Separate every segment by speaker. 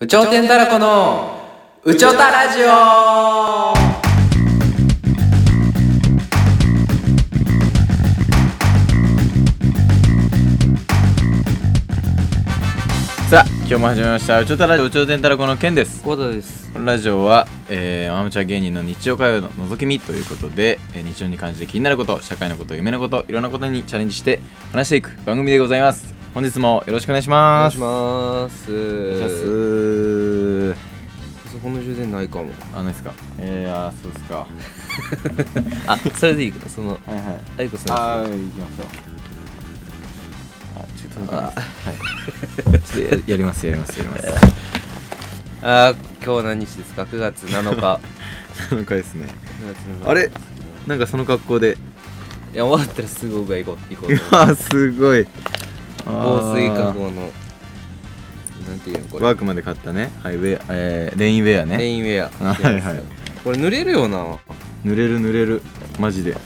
Speaker 1: 有頂天たらこの有頂たラジオ
Speaker 2: さあ今日も始めました「うちょたラジオうちょてんたらこのけん」です
Speaker 1: ゴーダです
Speaker 2: このラジオは、えーアマチュア芸人の日常会話の覗き見ということで、えー日常に関して気になること社会のこと夢のこといろんなことにチャレンジして話していく番組でございます本日もよろしくお願いし
Speaker 1: お願
Speaker 2: ま
Speaker 1: い
Speaker 2: す
Speaker 1: します
Speaker 2: お願いします
Speaker 1: パソコンの充電ないかも
Speaker 2: あないですかえー、あーそうですかは
Speaker 1: あそれでいいかその
Speaker 2: いはい
Speaker 1: あいこさん
Speaker 2: あー行きましょうあちょっと届かないですはいちょっとややりますやりますやり ます
Speaker 1: あー今日何日ですか9月7日
Speaker 2: 7日ですね
Speaker 1: 9月7日
Speaker 2: あれなんかその格好で
Speaker 1: いや終わったらすぐ上行こう行こ
Speaker 2: いうや
Speaker 1: と
Speaker 2: ーすごい
Speaker 1: 防水加
Speaker 2: あ
Speaker 1: 工のなんていうのこ
Speaker 2: ー
Speaker 1: れ
Speaker 2: ワークマンで買ったねはいウェア、えーレインウェア
Speaker 1: レ
Speaker 2: ね
Speaker 1: インウェア
Speaker 2: あはいはい
Speaker 1: これ濡れるよな
Speaker 2: 濡れる濡れるマジで、うん、
Speaker 1: い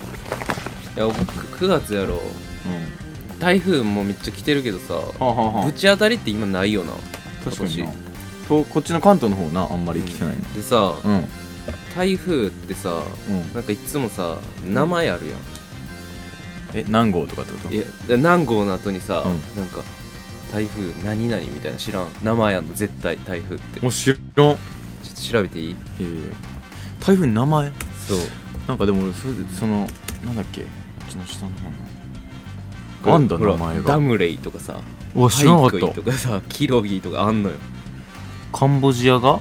Speaker 1: や僕9月やろ台風もめっちゃ来てるけどさ
Speaker 2: はあ、はあは
Speaker 1: ぶち当たりって今ないよな
Speaker 2: 確かに
Speaker 1: 今
Speaker 2: な
Speaker 1: 年
Speaker 2: とこっちの関東の方なあんまり来てないの
Speaker 1: でさ
Speaker 2: うん
Speaker 1: 台風ってさ
Speaker 2: うん、
Speaker 1: なんかいつもさ名前あるやん、
Speaker 2: え何号とかってこと
Speaker 1: いやで何号の後にさ、
Speaker 2: う
Speaker 1: なんか台風何々みたいな知らん名前あんの絶対台風ってちょ
Speaker 2: もう知らんいやい
Speaker 1: っと調べていい
Speaker 2: やいや台風の名前
Speaker 1: そう
Speaker 2: なんかでも俺それでそのなんだっけこっちの下の方の
Speaker 1: これ
Speaker 2: あんだ
Speaker 1: ほら
Speaker 2: 名前が
Speaker 1: ダムレイとかさ
Speaker 2: うわ知らな
Speaker 1: ハイ
Speaker 2: か
Speaker 1: ク
Speaker 2: っ
Speaker 1: イ
Speaker 2: た
Speaker 1: とかさキロギとかあんのよ
Speaker 2: カンボジアが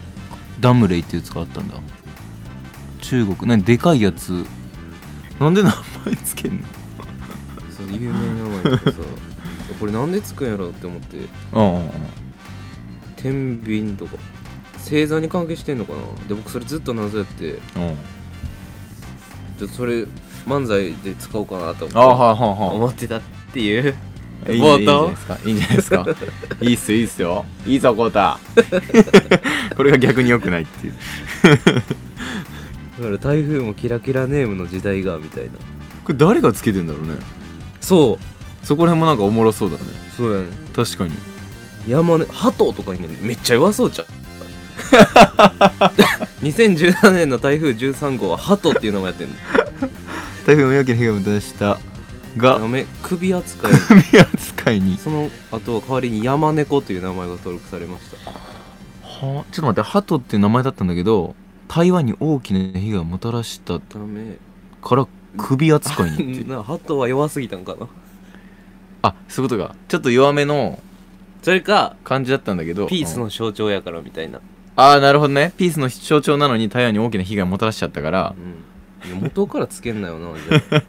Speaker 2: ダムレイってやつがあったんだ中国何でかいやつなんで名前つけん
Speaker 1: そう有名な名前とかさこれなんでつくんやろって思って
Speaker 2: のうんうん
Speaker 1: 天秤とか星座に関係してんのかなで僕それずっと謎やって
Speaker 2: うん
Speaker 1: ちょっとそれ漫才で使おうかなと思って
Speaker 2: あはいは
Speaker 1: 思ってたっていう
Speaker 2: いはい
Speaker 1: 冒頭
Speaker 2: いいんじゃないですか いいんじゃないですかいいっすよいいっすよいいぞコータ これが逆に良くないっていう
Speaker 1: だから台風もキラキラネームの時代がみたいな
Speaker 2: これ誰がつけてんだろうね
Speaker 1: そう
Speaker 2: そこら辺もなんかおもろそうだね
Speaker 1: そうやね
Speaker 2: 確かに
Speaker 1: 山根鳩とかにめっちゃ弱そう じゃん2017年の台風13号は鳩っていう名前やってんの
Speaker 2: 台風の夜明けの日がもたらした
Speaker 1: や
Speaker 2: が
Speaker 1: め首 扱い
Speaker 2: 組扱いに
Speaker 1: その後は代わりに山猫という名前が登録されました
Speaker 2: はちょっと待って鳩って名前だったんだけど台湾に大きな被害をもたらした
Speaker 1: ダメ
Speaker 2: から首扱いにって
Speaker 1: な鳩は弱すぎたんかな
Speaker 2: あそういうことかちょっと弱めの
Speaker 1: それか
Speaker 2: 感じだったんだけど
Speaker 1: ピース
Speaker 2: うん
Speaker 1: の象徴やからみたいな、
Speaker 2: ああなるほどねピースの象徴なのに台湾に大きな被害をもたらしちゃったから
Speaker 1: うんいや元からつけんなよなじゃ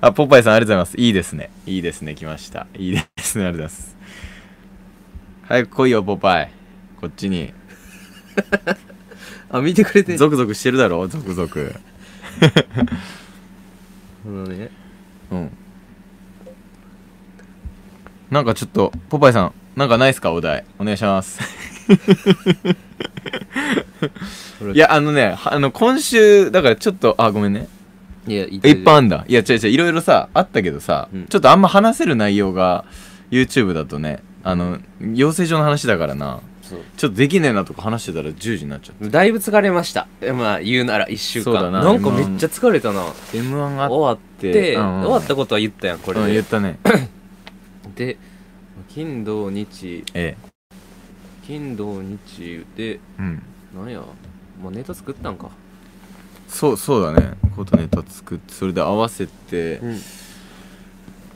Speaker 1: あ
Speaker 2: あポパイさんありがとうございますいいですねいいですね来ましたいいですねありがとうございます早く来いよポパイこっちに
Speaker 1: あ見てくれてん
Speaker 2: ゾクゾクしてるだろゾクゾク
Speaker 1: あのね
Speaker 2: うんなんかちょっとポパイさんなんかないっすかお題お願いします いやあのねはあの今週だからちょっとあごめんね
Speaker 1: いやいっ
Speaker 2: いっぱいあんだいや違う違ういろいろさあったけどさ、
Speaker 1: うん
Speaker 2: ちょっとあんま話せる内容が YouTube だとねあの養成所の話だからなちょっとできねえなとか話してたら10時になっちゃっ
Speaker 1: だいぶ疲れましたえまあ言うなら1週
Speaker 2: そう
Speaker 1: 間
Speaker 2: だ
Speaker 1: な
Speaker 2: なん
Speaker 1: かめっちゃ疲れたな
Speaker 2: た m 1があっ
Speaker 1: 終わって、
Speaker 2: うんうん
Speaker 1: 終わったことは言ったやんこ
Speaker 2: こ
Speaker 1: れ
Speaker 2: れ、うん、
Speaker 1: で、
Speaker 2: 言ったね
Speaker 1: で金土日
Speaker 2: ええ
Speaker 1: 金土日で
Speaker 2: うん
Speaker 1: なんやまあネタ作ったんか
Speaker 2: そうそうだねコートネタ作ってそれで合わせて
Speaker 1: うん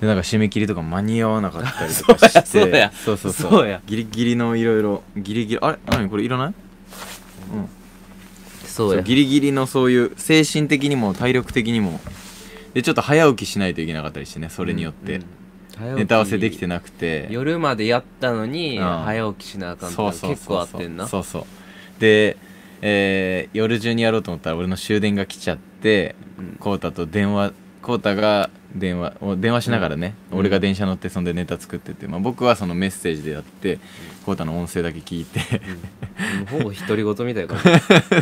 Speaker 2: でなんか締め切りとか間に合わなかったりとかし て
Speaker 1: そうや
Speaker 2: そうそうそう
Speaker 1: そうや
Speaker 2: ギリギリのいろいろギリギリあれ何これいらないうん
Speaker 1: そ
Speaker 2: そうギリギリのそういう精神的にも体力的にもでちょっと早起きしないといけなかったりしてねそれによって、ネタ合わせできて
Speaker 1: な
Speaker 2: なくて
Speaker 1: 夜までやったのに、
Speaker 2: うん
Speaker 1: 早起きしなあかんと
Speaker 2: そう
Speaker 1: か
Speaker 2: そうそうそう
Speaker 1: 結構あってんな
Speaker 2: そうそうで、えー夜中にやろうと思ったら俺の終電が来ちゃって
Speaker 1: うん
Speaker 2: 浩太と電話浩太が電話を電話しながらね、
Speaker 1: うん
Speaker 2: 俺が電車乗ってそんでネタ作ってて、まあ、僕はそのメッセージでやって浩太の音声だけ聞いて
Speaker 1: うんほぼ独り言みたいな感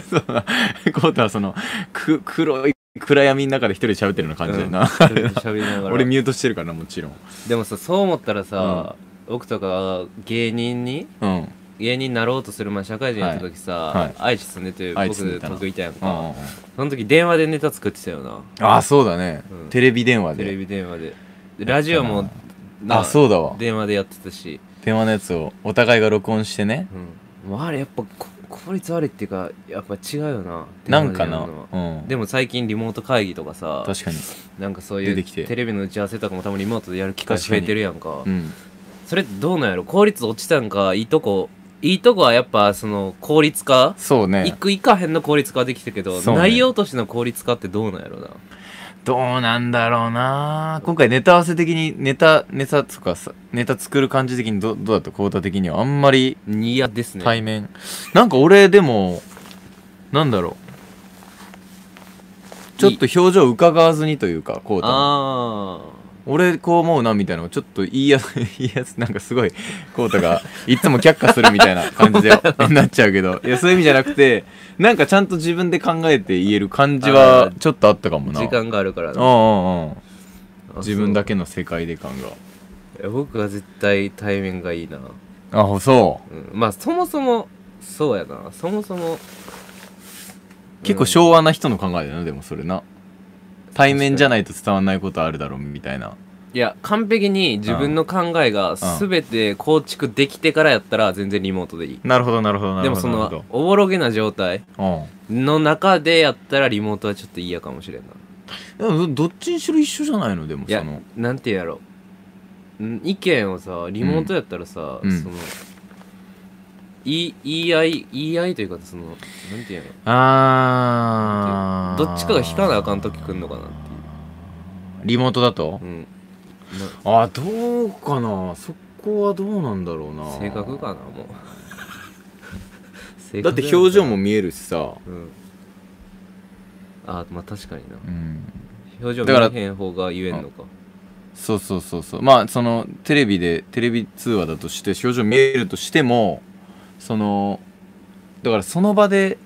Speaker 1: じ
Speaker 2: そうだコータはそのく黒い暗闇の中で一人で喋ってるような感じだよな、
Speaker 1: それで喋りながら
Speaker 2: 俺ミュートしてるからなもちろん
Speaker 1: でもさそう思ったらさ、僕とか芸人に
Speaker 2: うん
Speaker 1: 芸人になろうとする前社会人やった時さ、
Speaker 2: はい
Speaker 1: 愛知住んでて
Speaker 2: 愛知住んで
Speaker 1: 僕
Speaker 2: たな
Speaker 1: 得意たやん
Speaker 2: うんうんう
Speaker 1: か
Speaker 2: ん
Speaker 1: その時電話でネタ作ってたよな
Speaker 2: ああそうだね、
Speaker 1: うん
Speaker 2: テレビ電話
Speaker 1: テ
Speaker 2: で
Speaker 1: レビ電話ででラジオもな
Speaker 2: あそうだわ
Speaker 1: 電話でやってたし、
Speaker 2: 電話のやつをお互いが録音してね
Speaker 1: うん、もうあれやっぱこ効率悪いっていうかやっぱ違うよな
Speaker 2: なんか
Speaker 1: 電
Speaker 2: な、
Speaker 1: 話でやるのは
Speaker 2: うん、
Speaker 1: でも最近リモート会議とかさ
Speaker 2: 確かに、
Speaker 1: なんかそう
Speaker 2: 出
Speaker 1: い
Speaker 2: て
Speaker 1: う
Speaker 2: きて
Speaker 1: テレビの打ち合わせとかも多分リモートでやる機会
Speaker 2: 確
Speaker 1: 増
Speaker 2: かに
Speaker 1: えてるやんか
Speaker 2: うん、
Speaker 1: それってどうなんやろ効率落ちたんかいいとこいいとこはやっぱその効率化
Speaker 2: そう
Speaker 1: 行
Speaker 2: ね
Speaker 1: く行かへんの効率化はできたけど、
Speaker 2: そうね
Speaker 1: 内容としての効率化ってどうなんやろな
Speaker 2: どうなんだろうな今回ネタ合わせ的にネタネタとかさネタ作る感じ的にどどうだったコータ的にはあんまり
Speaker 1: いやですね、
Speaker 2: 対面、なんか俺でもなんだろうちょっと表情伺わずにというかコータの
Speaker 1: あ
Speaker 2: 俺こう思うなみたいなのをちょっと言いやす言いやすなんかすごいコータがいつも却下するみたいな感じで なっちゃうけどいやそういう意味じゃなくてなんかちゃんと自分で考えて言える感じ
Speaker 1: あ
Speaker 2: は
Speaker 1: ー
Speaker 2: ちょっとあったかも
Speaker 1: あ
Speaker 2: な
Speaker 1: 時間があるから
Speaker 2: う
Speaker 1: なん
Speaker 2: うんうん
Speaker 1: あ
Speaker 2: 自分だ
Speaker 1: け
Speaker 2: けの世界で感が
Speaker 1: 僕は絶対対面がいいな、
Speaker 2: あそう
Speaker 1: うん、まあそもそもそうやなそもそも
Speaker 2: 結構昭和な人の考えだよなでもそれな対面じゃないと伝わんないことあるだろうみたいない
Speaker 1: や完璧に自分の考えが全て構築できてからやったら全然リモートでいい
Speaker 2: なるほどなるほどな
Speaker 1: で
Speaker 2: る
Speaker 1: も
Speaker 2: ほ
Speaker 1: そ
Speaker 2: どなる
Speaker 1: のおぼろげな状態
Speaker 2: ほど
Speaker 1: の中でやったらリモートはちょっと嫌かもしれんな
Speaker 2: うんでもどどっちにしろ一緒じゃないのでも
Speaker 1: いや
Speaker 2: その
Speaker 1: なんて言うんやろん意見をさリモートやったらさ、
Speaker 2: うん
Speaker 1: その言い言い合い言い合いというかそのなんて言うんや
Speaker 2: あ
Speaker 1: どっちかが引かなあかん時来んのかなっていう
Speaker 2: リモートだと
Speaker 1: ろ、うん、
Speaker 2: あどうかなそこはどうなんだろうな
Speaker 1: な性格かなもう性
Speaker 2: だ
Speaker 1: 格
Speaker 2: って表情
Speaker 1: も、
Speaker 2: も見えるしさ
Speaker 1: うん、あまあ確かにな
Speaker 2: うん
Speaker 1: 表情
Speaker 2: だから
Speaker 1: 見えへん方が言えんのか
Speaker 2: そうそうそうそうまあそのテレビでテレビ通話だとして表情見えるとしてもそのだからその場で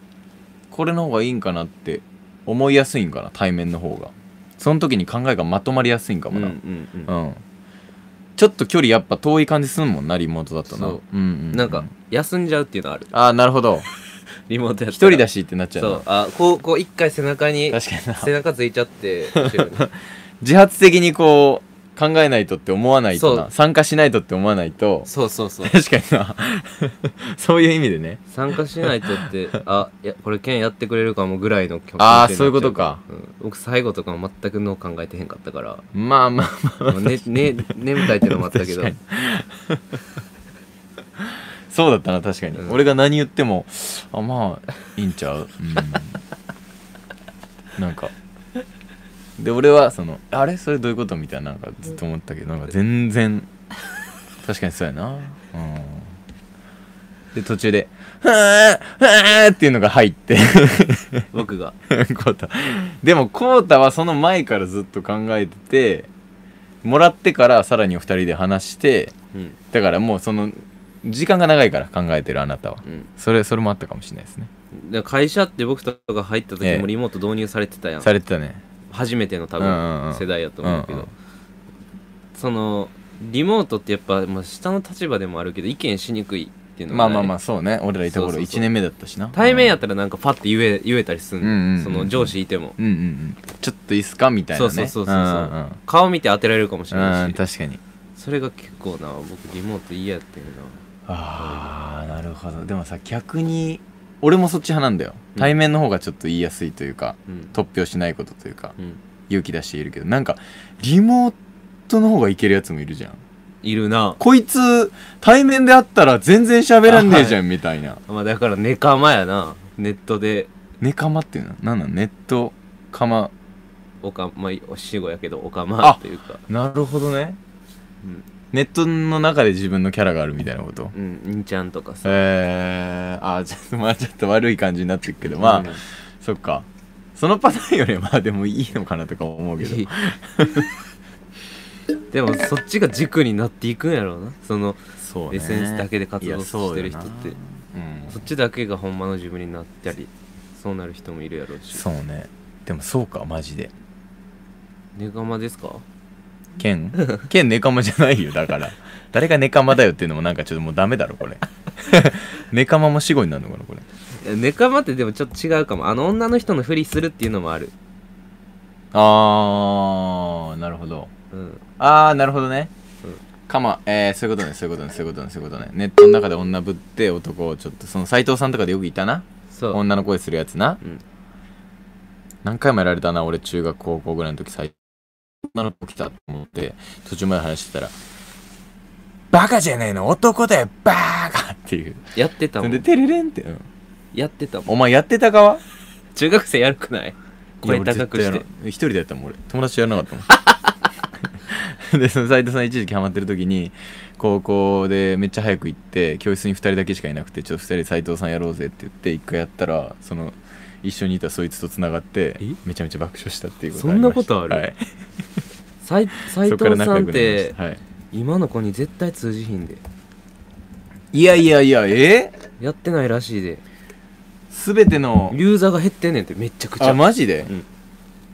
Speaker 2: これの方がいいんかなって思いやすいんかな対面の方がその時に考えがまとまりやすいんかもなうん、
Speaker 1: んうん
Speaker 2: ちょっと距離やっぱ遠い感じすんもんなリモートだとな
Speaker 1: そうん
Speaker 2: うんう
Speaker 1: なんか休んじゃうっていうのある
Speaker 2: ああなるほど
Speaker 1: リモートや
Speaker 2: 一人だ
Speaker 1: し
Speaker 2: しってなっちゃ
Speaker 1: そううあこうこう一回背中に
Speaker 2: な確かにな
Speaker 1: 背中ついちゃって後 ろに
Speaker 2: 自発的にこう考えないとって思わないと
Speaker 1: そ
Speaker 2: な
Speaker 1: う
Speaker 2: 参加しないとって思わないと
Speaker 1: そうそうそう
Speaker 2: 確かにな そういう意味でね
Speaker 1: 参加しないと ってあいやこれ県やってくれるかもぐらいの気持ちに
Speaker 2: あー
Speaker 1: なっちゃ
Speaker 2: そういうことか、
Speaker 1: うん僕最後とかも全く脳考えてへんかったから
Speaker 2: まあまあまあ
Speaker 1: もうねね眠たいっていうのもあったけど
Speaker 2: 確 そうだったな確かに、
Speaker 1: うん
Speaker 2: 俺が何言ってもあまあいいんちゃう、うん、 なんかで俺はそのあれそれどういうことみたいななんかずっと思ったけどなんか全然確かにそうやなうんで途中で「はあはあ」っていうのが入って
Speaker 1: 僕が
Speaker 2: コータでもコータはその前からずっと考えててもらってからさらにお二人で話して
Speaker 1: うん
Speaker 2: だからもうその時間が長いから考えてるあなたは
Speaker 1: うん
Speaker 2: それそれもあったかもしれないですね
Speaker 1: で会社って僕とか入った時
Speaker 2: ええ
Speaker 1: もリモート導入されてたやん、
Speaker 2: されてたね
Speaker 1: 初めての多
Speaker 2: うんうんうん
Speaker 1: 分世代やと思うけど、
Speaker 2: うんうん
Speaker 1: そのリモートってやっぱ、まあ、下の立場でもあるけど意見しにくいっていうのが
Speaker 2: まあ
Speaker 1: ね
Speaker 2: まあまあそうね俺らいた頃
Speaker 1: そうそうそう
Speaker 2: 1年目だったしな
Speaker 1: 対面やったらなんかパッて言え言えたりすん,、
Speaker 2: うんうんうん
Speaker 1: その上司いても
Speaker 2: うんうんうんちょっといいっすかみたいなね
Speaker 1: そうそうそうそうそうん
Speaker 2: んうん
Speaker 1: 顔見て当てられるかもしれな
Speaker 2: うん
Speaker 1: いし
Speaker 2: 確かに
Speaker 1: それが結構な僕リモート嫌やってるな
Speaker 2: ああなるほどでもさ逆に俺もそっち派なんだよ
Speaker 1: うん
Speaker 2: 対面の方がちょっと言いやすいというか
Speaker 1: うん
Speaker 2: 突拍しないことというか
Speaker 1: うん
Speaker 2: 勇気出しているけどなんかリモートの方がいけるやつもいるじゃん
Speaker 1: いるな
Speaker 2: こいつ対面であったら全然喋らんねえじゃんみたいな
Speaker 1: まあだからネカマやなネットで
Speaker 2: ネカマっていうのなんなんネットカマ
Speaker 1: おかまあお死後やけどおかまというか
Speaker 2: なるほどね
Speaker 1: うん
Speaker 2: ネットの中で自分のキャラがあるみたいなこと
Speaker 1: うん兄ちゃんとかさ
Speaker 2: えー、あーちょっと まあちょっと悪い感じになってるけどまあ、
Speaker 1: うん
Speaker 2: そっかそのパターンよりはまあでもいいのかなとか思うけど
Speaker 1: いい でもそっちが軸になっていくんやろうなその
Speaker 2: そう
Speaker 1: SNS だけで活動
Speaker 2: いやそう
Speaker 1: して
Speaker 2: よな
Speaker 1: る人って
Speaker 2: うん
Speaker 1: そっちだけがほんまの自分になったりそうなる人もいるやろうし
Speaker 2: そうねでもそうかマジで
Speaker 1: ネカマですか
Speaker 2: 剣剣ネカマじゃないよだから誰がネカマだよっていうのもなんかちょっともうダメだろこれ メカマも死後になるのかなこれ
Speaker 1: いやネカマってでもちょっと違うかもあの女の人のふりするっていうのもある
Speaker 2: あーなるほど
Speaker 1: うん
Speaker 2: あーなるほどね、
Speaker 1: うん
Speaker 2: カマえー、そういうことねそういうことねそういうことねそういうことねネットの中で女ぶって男をちょっとその斎藤さんとかでよくいたな
Speaker 1: そう
Speaker 2: 女の声するやつな、
Speaker 1: うん
Speaker 2: 何回もやられたな俺中学高校ぐらいの時最女の子来たと思って途中まで話してたら「バカじゃねえの男だよバカ!」っていう
Speaker 1: やってた
Speaker 2: そ
Speaker 1: も
Speaker 2: れで「
Speaker 1: ん
Speaker 2: テレレン」って、うん
Speaker 1: やってたもん
Speaker 2: お前やってた側
Speaker 1: 中学生やるくない声
Speaker 2: いや俺
Speaker 1: 高くし
Speaker 2: 絶対
Speaker 1: て
Speaker 2: やらん一人でやったもん俺友達とやらなかった もんでその斉藤さん一時期ハマってる時に高校でめっちゃ早く行って教室に2人だけしかいなくてちょっと2人で斉藤さんやろうぜって言って一回やったらその一緒にいたそいつとつながって
Speaker 1: え
Speaker 2: めちゃめちゃ爆笑したっていうこと
Speaker 1: そんなことある
Speaker 2: はい、
Speaker 1: 斎
Speaker 2: そっか
Speaker 1: 藤
Speaker 2: ら
Speaker 1: さんっ
Speaker 2: 仲良くなりましてた、はい、
Speaker 1: 今の子に絶対通じひんで
Speaker 2: いやいやいやえ
Speaker 1: やってないらしいで
Speaker 2: ー、全ての
Speaker 1: ユーザーが減ってんねんってめちゃくちゃ
Speaker 2: あマジで、
Speaker 1: うん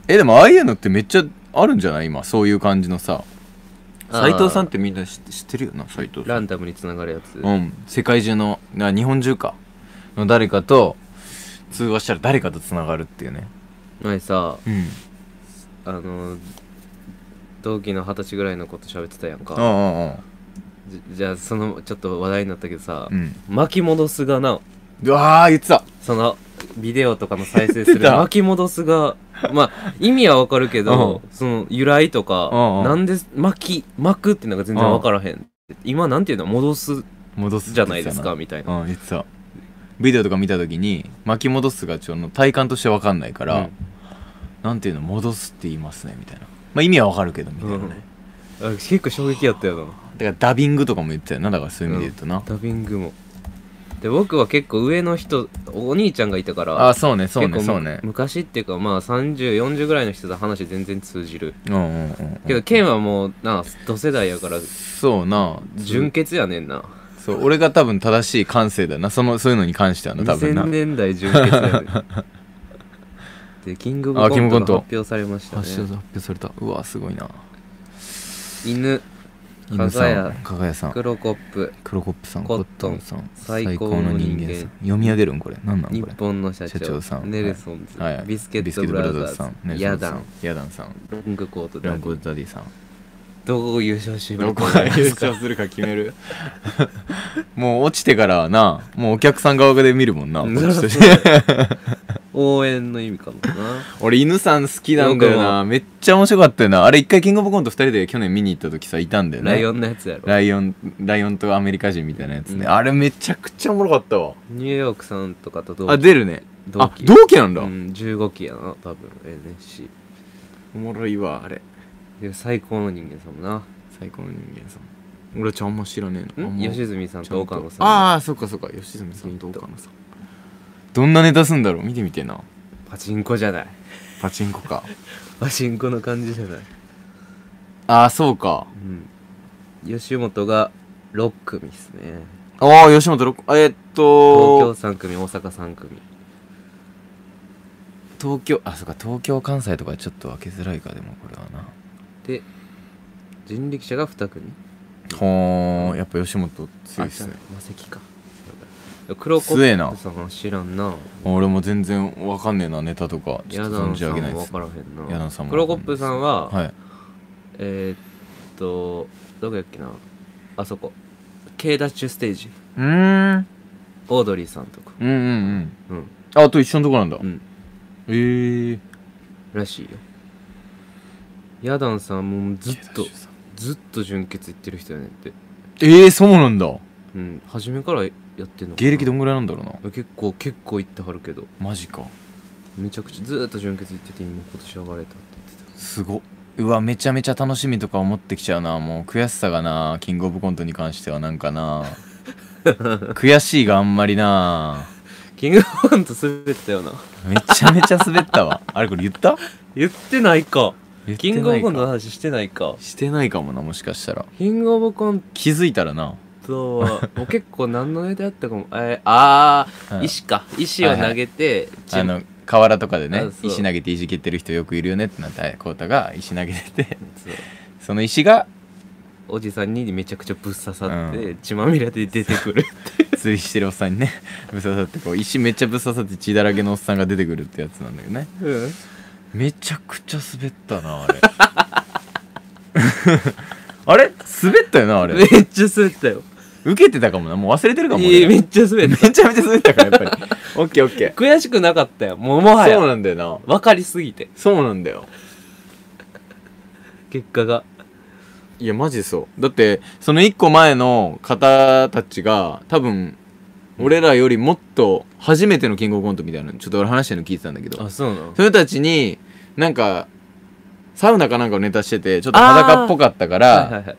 Speaker 2: えでもああいうのってめっちゃあるんじゃない今そういう感じのさ
Speaker 1: あー
Speaker 2: 斉藤さんってみんな知って知ってるよな斉藤さん
Speaker 1: ランダムにつながるやつ
Speaker 2: うん、世界中のな日本中かの誰かと通話したら誰かとつながるっていうね
Speaker 1: 前さ
Speaker 2: うん
Speaker 1: あの同期の二十歳ぐらいの子と喋ってたやん
Speaker 2: う
Speaker 1: か
Speaker 2: んうん
Speaker 1: じじゃあそのちょっと話題になったけどさ
Speaker 2: うん
Speaker 1: 巻き戻すがな
Speaker 2: うわー言ってた
Speaker 1: そのビデオとかの再生す
Speaker 2: 言
Speaker 1: る
Speaker 2: ってた
Speaker 1: 巻き戻すがまあ意味はわかるけどその由来とか
Speaker 2: うんうん
Speaker 1: なんで巻き巻くっていうのが全然わからへん今なんていうの戻す
Speaker 2: 戻す
Speaker 1: じゃないですか
Speaker 2: 言っ
Speaker 1: みたい
Speaker 2: てた
Speaker 1: な
Speaker 2: なうん言ってたビデオとか見た時に巻き戻すがちょの体感として分かんないから、
Speaker 1: うん
Speaker 2: なんていうの戻すって言いますねみたいなまあ意味は分かるけどみたいなね、
Speaker 1: あ結構衝撃やったよな
Speaker 2: だからダビングとかも言ってたよなだからそういう意味で言うとな、
Speaker 1: ダビングもで僕は結構上の人お兄ちゃんがいたから
Speaker 2: ああそうねそうね
Speaker 1: 結構
Speaker 2: そう
Speaker 1: む
Speaker 2: ね
Speaker 1: 昔っていうかまあ3040ぐらいの人と話全然通じる
Speaker 2: うんうんうん
Speaker 1: けどケンはもうな同世代やから
Speaker 2: そうな
Speaker 1: 純潔やねんな
Speaker 2: そう俺が多分正しい感性だなそのそういうのに関してはな多分な
Speaker 1: 2000年代純潔やねんでキングオブ
Speaker 2: あキン
Speaker 1: コ
Speaker 2: グコ
Speaker 1: ント
Speaker 2: ント
Speaker 1: が発表されましたね
Speaker 2: 発表されたうわすごいな
Speaker 1: 犬
Speaker 2: 犬さ
Speaker 1: かが
Speaker 2: ん
Speaker 1: や
Speaker 2: かがやさん
Speaker 1: クロコップ
Speaker 2: 黒コップさん
Speaker 1: コ
Speaker 2: コ
Speaker 1: ッ
Speaker 2: ッ
Speaker 1: ト
Speaker 2: ト
Speaker 1: ン
Speaker 2: ンさん
Speaker 1: 最高の人間
Speaker 2: さん読み上げるんこれ何な
Speaker 1: 日
Speaker 2: んこれ
Speaker 1: 本の社長
Speaker 2: 社長さん
Speaker 1: ネルソンズ、
Speaker 2: はいはい
Speaker 1: ビスケットブラザーズ
Speaker 2: ネルソ
Speaker 1: ヤ
Speaker 2: ンズ
Speaker 1: ダ
Speaker 2: さん
Speaker 1: ン
Speaker 2: ヤダンさん
Speaker 1: ロングコート
Speaker 2: ラ
Speaker 1: ダ
Speaker 2: ン
Speaker 1: デ
Speaker 2: コ
Speaker 1: ィ
Speaker 2: ダディさん
Speaker 1: どこ優勝して
Speaker 2: どこが優勝するか決める もう落ちてからはなもうお客さん側で見るもん な
Speaker 1: 応援の意味かもな
Speaker 2: 俺犬さん好きなんだよ
Speaker 1: 僕
Speaker 2: なめっちゃ面白かったよなあれ一回キングオブコント2人で去年見に行った時さいたんだよね
Speaker 1: ライオンのやつやろ
Speaker 2: ライオンライオンとアメリカ人みたいなやつね、
Speaker 1: うん
Speaker 2: あれめちゃくちゃおもろかったわ
Speaker 1: ニューヨークさんとかと同
Speaker 2: あ出るね
Speaker 1: 同
Speaker 2: あ
Speaker 1: 期
Speaker 2: 同期なんだ、
Speaker 1: うん、15期やな多分 NSC
Speaker 2: おもろいわあれ
Speaker 1: で最高の人間さんもな
Speaker 2: 最高の人間さん俺ちゃんあんま知らねえのあん
Speaker 1: ん
Speaker 2: ま
Speaker 1: 吉住さん
Speaker 2: ちゃんと
Speaker 1: と岡野さん
Speaker 2: ああそっかそっか吉住さんと岡野さんどんなネタすんだろう見てみてえな
Speaker 1: パチンコじゃない
Speaker 2: パチンコ か
Speaker 1: パチンコの感じじゃない、
Speaker 2: ああそうか
Speaker 1: うん、吉本が6組っすね
Speaker 2: ああ吉本六えーっと
Speaker 1: 東京3組大阪3組
Speaker 2: 東京あそうか東京関西とかちょっと分けづらいかでもこれはな
Speaker 1: で人力車が2組
Speaker 2: ほーやっぱ吉本強いっ
Speaker 1: あ
Speaker 2: す
Speaker 1: じ
Speaker 2: ね
Speaker 1: ゃあマセキか黒子
Speaker 2: 強えな
Speaker 1: さんは知らんな
Speaker 2: 俺も全然わかんねえなネタとかちょ
Speaker 1: ヤ
Speaker 2: っと
Speaker 1: ダ
Speaker 2: 存
Speaker 1: ン
Speaker 2: じ
Speaker 1: さ
Speaker 2: 上げない
Speaker 1: ん
Speaker 2: で
Speaker 1: も分
Speaker 2: す
Speaker 1: からへんな
Speaker 2: ヤダンさんも
Speaker 1: クロコップさんは、
Speaker 2: はい
Speaker 1: えー、っとどこやっけなあそこ K ダッシュステージ
Speaker 2: うーん
Speaker 1: オードリーさんとか
Speaker 2: うんうんうん
Speaker 1: うん
Speaker 2: あと一緒のとこなんだ、
Speaker 1: うん
Speaker 2: えー、
Speaker 1: らしいよヤダンさんもうずっと
Speaker 2: ケイダッシュさん
Speaker 1: ずっと純潔いってる人やねんって
Speaker 2: えー、そうなんだ
Speaker 1: うん初めからやってんのかな
Speaker 2: 芸歴どんぐらいなんだろうな
Speaker 1: 結構結構行ってはるけど
Speaker 2: マジか
Speaker 1: めちゃくちゃずーっと純潔いってて今今年上がれたって言って
Speaker 2: すごっうわめちゃめちゃ楽しみとか思ってきちゃうなもう悔しさがなキングオブコントに関してはなんかな 悔しいがあんまりな
Speaker 1: たキングオブコント滑ったよな
Speaker 2: めちゃめちゃ滑ったわあれこれ言った
Speaker 1: 言ってないか
Speaker 2: 言って
Speaker 1: キ
Speaker 2: ないか
Speaker 1: ングオブコントの話してないか
Speaker 2: してないかもなもしかしたら
Speaker 1: キングオブコン
Speaker 2: 気づいたらな、
Speaker 1: ト はもう結構何のネタやったかもえー、あ
Speaker 2: う
Speaker 1: あ
Speaker 2: ん
Speaker 1: 石か石を投げて、
Speaker 2: あの河原とかでね
Speaker 1: あそう
Speaker 2: 石投げて石蹴ってる人よくいるよねってなって浩太が石投げてて
Speaker 1: チンそう
Speaker 2: その石が
Speaker 1: おじさんにめちゃくちゃぶっ刺さって、血まみれで出てく る
Speaker 2: 釣りしてるおっさんにね ぶっ刺さってこう石めっちゃぶっ刺さって血だらけのおっさんが出てくるってやつなんだけどね
Speaker 1: うん
Speaker 2: めちゃくちゃ滑ったなあれ あれ滑ったよなあ
Speaker 1: め
Speaker 2: れ
Speaker 1: っちゃ滑ったよ
Speaker 2: 受けてたかもなもう忘れてるかも
Speaker 1: いやめ
Speaker 2: ね
Speaker 1: っちゃ滑っ
Speaker 2: め
Speaker 1: た
Speaker 2: ちゃめちゃ滑ったからやっ ぱりオッケーオッケ
Speaker 1: 悔しくなかったよもうもは
Speaker 2: ーそう
Speaker 1: や
Speaker 2: なんだよな
Speaker 1: 分かりすぎて
Speaker 2: そうなんだよ
Speaker 1: 結果が
Speaker 2: いやマジそうだってその一個前の方たちが多分俺らよりもっと初めてのキングオブコントみたいなのちょっと俺話してるの聞いてたんだけど
Speaker 1: そうなの
Speaker 2: その人たちになんかサウナかなんかをネタしててちょっと裸っぽかったから、
Speaker 1: はいはいはい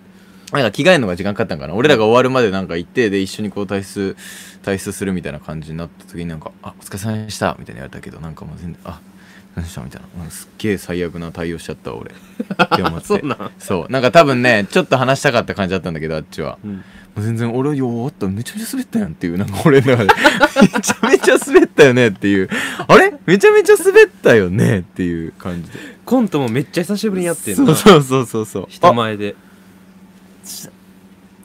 Speaker 2: なんか着替えるのが時間かかったんかな俺らが終わるまでなんか行ってで一緒にこう退出退出するみたいな感じになった時になんか「あお疲れ様でした」みたいな言われたけどなんかもう全然「あ何した?」みたいななんかすっげえ最悪な対応しちゃった俺って思っ て
Speaker 1: そうなん
Speaker 2: そうなんか多分ねちょっと話したかった感じだったんだけどあっちは
Speaker 1: うん
Speaker 2: もう全然俺よーっとめちゃめちゃ滑ったやんっていうなんか俺の中 でめちゃめちゃ滑ったよねっていうあれめちゃめちゃ滑ったよねっていう感じで
Speaker 1: コントもめっちゃ久しぶりにやってん
Speaker 2: そ
Speaker 1: な
Speaker 2: うそうそうそうそう
Speaker 1: 人前で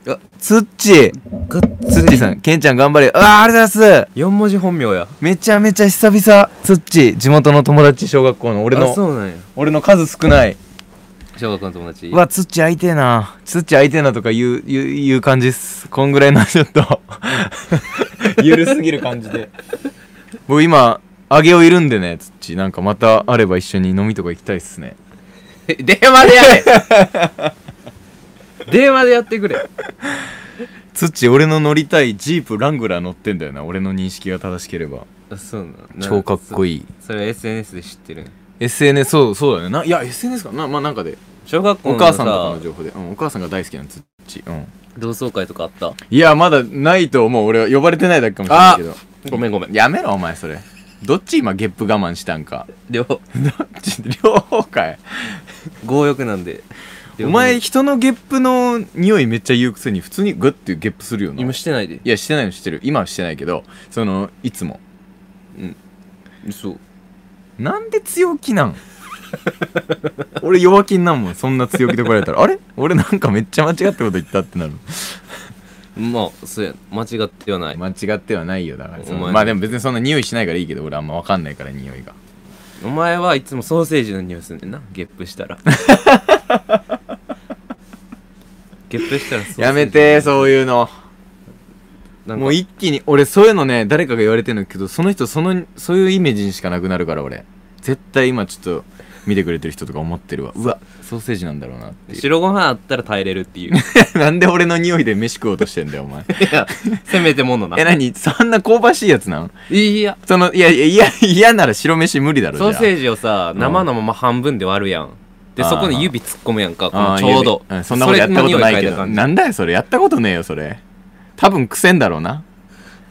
Speaker 2: ああツッチー
Speaker 1: がっ
Speaker 2: ツッチーさん、ケンちゃん頑張れ。ああ、ありがとうございます。
Speaker 1: 4文字本名や
Speaker 2: めちゃめちゃ久々、ツッチー、地元の友達、小学校の俺
Speaker 1: あ
Speaker 2: の、
Speaker 1: そうなんや
Speaker 2: 俺の数少ない。
Speaker 1: 小学校の友達
Speaker 2: うわ、ツッチー会いてえな。ツッチー会いてえなとか言う、言う、言う感じっす。こんぐらいのちょっ と、ゆるすぎる感じで。僕今、あげをいるんでね、ツッチー。なんかまたあれば一緒に飲みとか行きたいっすね。
Speaker 1: 電話でやれ 電話でやってくれ
Speaker 2: ツッチー、俺の乗りたいジープ、ラングラー乗ってんだよな。俺の認識が正しければ。
Speaker 1: あそうなの
Speaker 2: 超かっこ
Speaker 1: いい
Speaker 2: いい。
Speaker 1: それ SNS で知ってるん
Speaker 2: SNS、そう、そうだよね。な、いや、SNS かな、まあなんかで。
Speaker 1: 小学校
Speaker 2: お
Speaker 1: の
Speaker 2: 母さんとか
Speaker 1: さ
Speaker 2: の情報で、うん、お母さんが大好きな土、うん、
Speaker 1: 同窓会とかあった
Speaker 2: いやまだないと思う俺は呼ばれてないだけかもしれないけど
Speaker 1: ごめんごめん
Speaker 2: やめろお前それどっち今ゲップ我慢したんか
Speaker 1: 両方
Speaker 2: どっち両方かい
Speaker 1: 強欲なんで
Speaker 2: お前人のゲップの匂いめっちゃ言うくせに普通にグッてゲップするよな
Speaker 1: 今
Speaker 2: い
Speaker 1: してないで
Speaker 2: やしてないのしてる今はしてないけどそのいつも
Speaker 1: そう
Speaker 2: なんで強 気なん俺弱気になんもんそんな強気で来られたらあれ俺なんかめっちゃ間違ったこと言ったってなる
Speaker 1: まあそうや間違ってはない
Speaker 2: 間違ってはないよだからその
Speaker 1: お前
Speaker 2: まあでも別にそんな匂いしないからいいけど俺あんま分かんないから匂いが
Speaker 1: お前はいつもソーセージの匂いすんねんなゲップしたら ゲップしたらソーセージ
Speaker 2: やめてそういうの
Speaker 1: なんか
Speaker 2: もう一気に俺そういうのね誰かが言われてるんだけどその人そのそういうイメージにしかなくなるから俺絶対今ちょっと見てくれてる人とか思ってるわうわソーセージなんだろうなっていう
Speaker 1: 白ご飯あったら耐えれるっていう
Speaker 2: なんで俺の匂いで飯食おうとしてんだよお前
Speaker 1: いやせめてものな
Speaker 2: え何そんな香ばしいやつなん
Speaker 1: いや
Speaker 2: そのいやいやいや嫌なら白飯無理だろじゃ
Speaker 1: ソ
Speaker 2: あ
Speaker 1: ーセージをさ
Speaker 2: うん
Speaker 1: 生のまま半分で割るやんで
Speaker 2: あー
Speaker 1: そこに指突っ込むやんかこ
Speaker 2: あ
Speaker 1: の
Speaker 2: あ
Speaker 1: ちょうど
Speaker 2: 指んそんなことやったことないけ
Speaker 1: それの匂嗅だ
Speaker 2: ど
Speaker 1: 感じ
Speaker 2: なんだよそれやったことねえよそれ多分癖んだろうな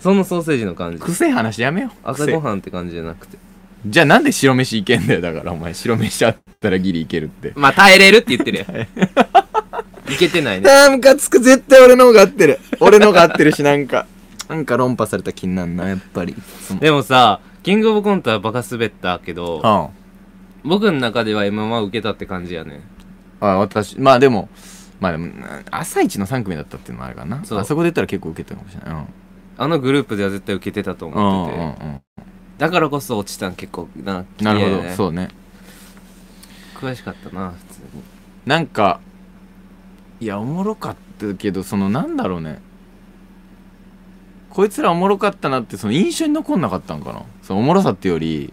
Speaker 1: そのソーセージの感じ
Speaker 2: くせえ話やめようく
Speaker 1: 朝
Speaker 2: せえ
Speaker 1: ごはんって感じじゃなくて
Speaker 2: じゃあなんで白飯いけんだよだからお前白飯あったらギリいけるって
Speaker 1: まあ耐えれるって言ってるやんいけてないね
Speaker 2: あームカつく絶対俺の方が合ってる俺の方が合ってるしなんかなんか論破された気になんなやっぱり
Speaker 1: でもさキングオブコントはバカ滑ったけど
Speaker 2: あ
Speaker 1: 僕の中では m 1は受けたって感じやね
Speaker 2: あ私まあでもまあでもな朝一の3組だったっていうのもあるからな
Speaker 1: そう
Speaker 2: あそこ出たら結構受けたかもしれない
Speaker 1: あのグループでは絶対受けてたと
Speaker 2: うんうん
Speaker 1: 思
Speaker 2: う
Speaker 1: ってて、
Speaker 2: んうん
Speaker 1: だからこそ落ちたん結構な
Speaker 2: なるほど、
Speaker 1: ね、
Speaker 2: そうね
Speaker 1: 悔しかったな普通に
Speaker 2: なんかいやおもろかったけどそのなんだろうねこいつらおもろかったなってその印象に残んなかったんかなそのおもろさっていうより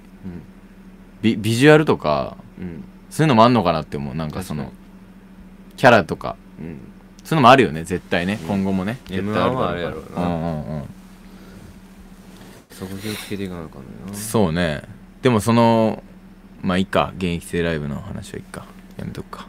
Speaker 2: ビビジュアルとか
Speaker 1: うんうん
Speaker 2: そういうのもあんのかなって思うなんかその
Speaker 1: 確
Speaker 2: キャラとか
Speaker 1: うん
Speaker 2: そういうのもあるよね絶対ね、
Speaker 1: うん
Speaker 2: 今後もね
Speaker 1: M1
Speaker 2: 絶対
Speaker 1: はあるやろうな
Speaker 2: うんうんうん
Speaker 1: そこ気をつけていかなあかんのよな
Speaker 2: そうねでもそのまあいいか現役生ライブの話はいいかやめとく か